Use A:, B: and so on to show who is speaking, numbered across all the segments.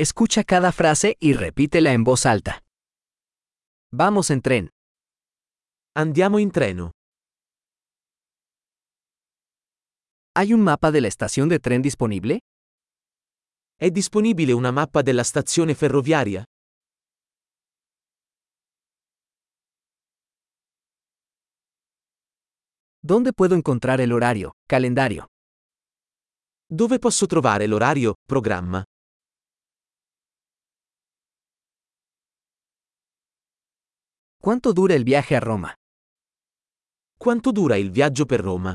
A: Escucha cada frase y repítela en voz alta. Vamos en tren.
B: Andiamo in treno.
A: ¿Hay un mapa de la estación de tren disponible?
B: È disponibile una mappa della stazione ferroviaria?
A: ¿Dónde puedo encontrar el horario, calendario?
B: Dove posso trovare l'orario, programma?
A: ¿Cuánto dura el viaje a Roma?
B: Quanto dura il viaggio per Roma?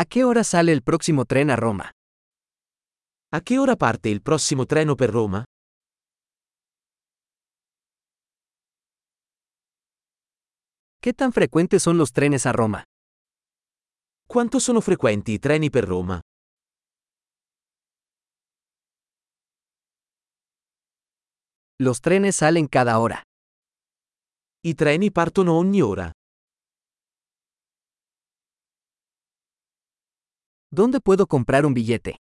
A: ¿A qué hora sale el próximo tren a Roma?
B: A che ora parte il prossimo treno per Roma?
A: ¿Qué tan frecuentes son los trenes a Roma?
B: Quanto sono frequenti i treni per Roma?
A: Los trenes salen cada hora.
B: I treni partono ogni ora.
A: ¿Dónde puedo comprar un billete?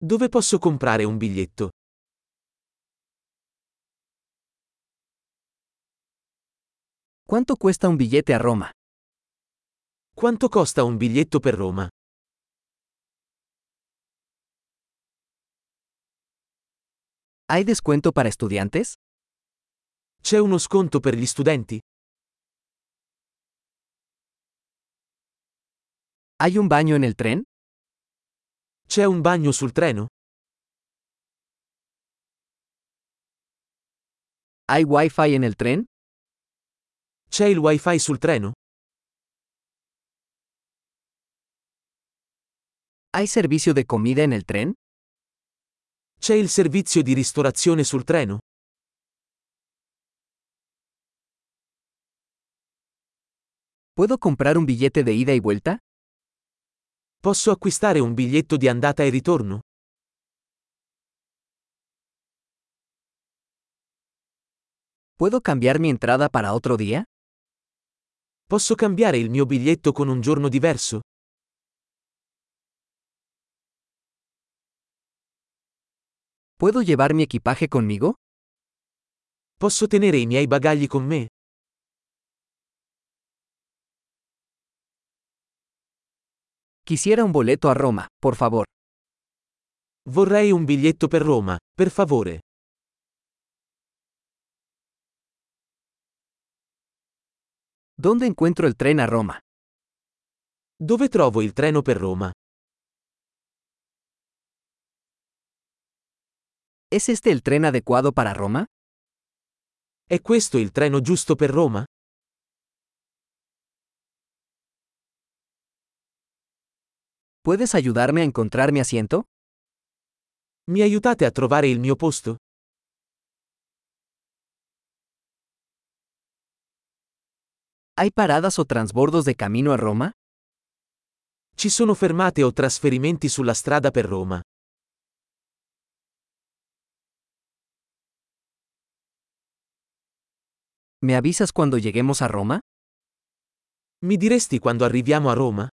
B: Dove posso comprare un biglietto?
A: ¿Cuánto cuesta un billete a Roma?
B: Quanto costa un biglietto per Roma?
A: ¿Hay descuento para estudiantes?
B: C'è uno sconto per gli studenti?
A: ¿Hay un baño en el tren?
B: C'è un bagno sul treno?
A: ¿Hay wifi en el tren?
B: C'è il wifi sul treno?
A: ¿Hay servicio de comida en el tren?
B: C'è il servizio di ristorazione sul treno?
A: ¿Puedo comprar un billete de ida y vuelta?
B: Posso acquistare un biglietto di andata e ritorno?
A: ¿Puedo cambiar mi entrada para otro día?
B: Posso cambiare il mio biglietto con un giorno diverso?
A: ¿Puedo llevar mi equipaje conmigo?
B: Posso tenere i miei bagagli con me?
A: Quisiera un boleto a Roma, por favor.
B: Vorrei un biglietto per Roma, per favore.
A: ¿Dónde encuentro el tren a Roma?
B: Dove trovo il treno per Roma?
A: ¿Es este el tren adecuado para Roma?
B: È questo il treno giusto per Roma?
A: ¿Puedes ayudarme a encontrar mi asiento?
B: Mi aiutate a trovare il mio posto?
A: ¿Hay paradas o transbordos de camino a Roma?
B: Ci sono fermate o trasferimenti sulla strada per Roma?
A: ¿Me avisas cuando lleguemos a Roma?
B: Mi diresti quando arriviamo a Roma?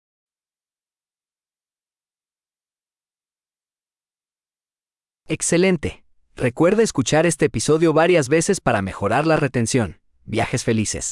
A: Excelente. Recuerda escuchar este episodio varias veces para mejorar la retención. Viajes felices.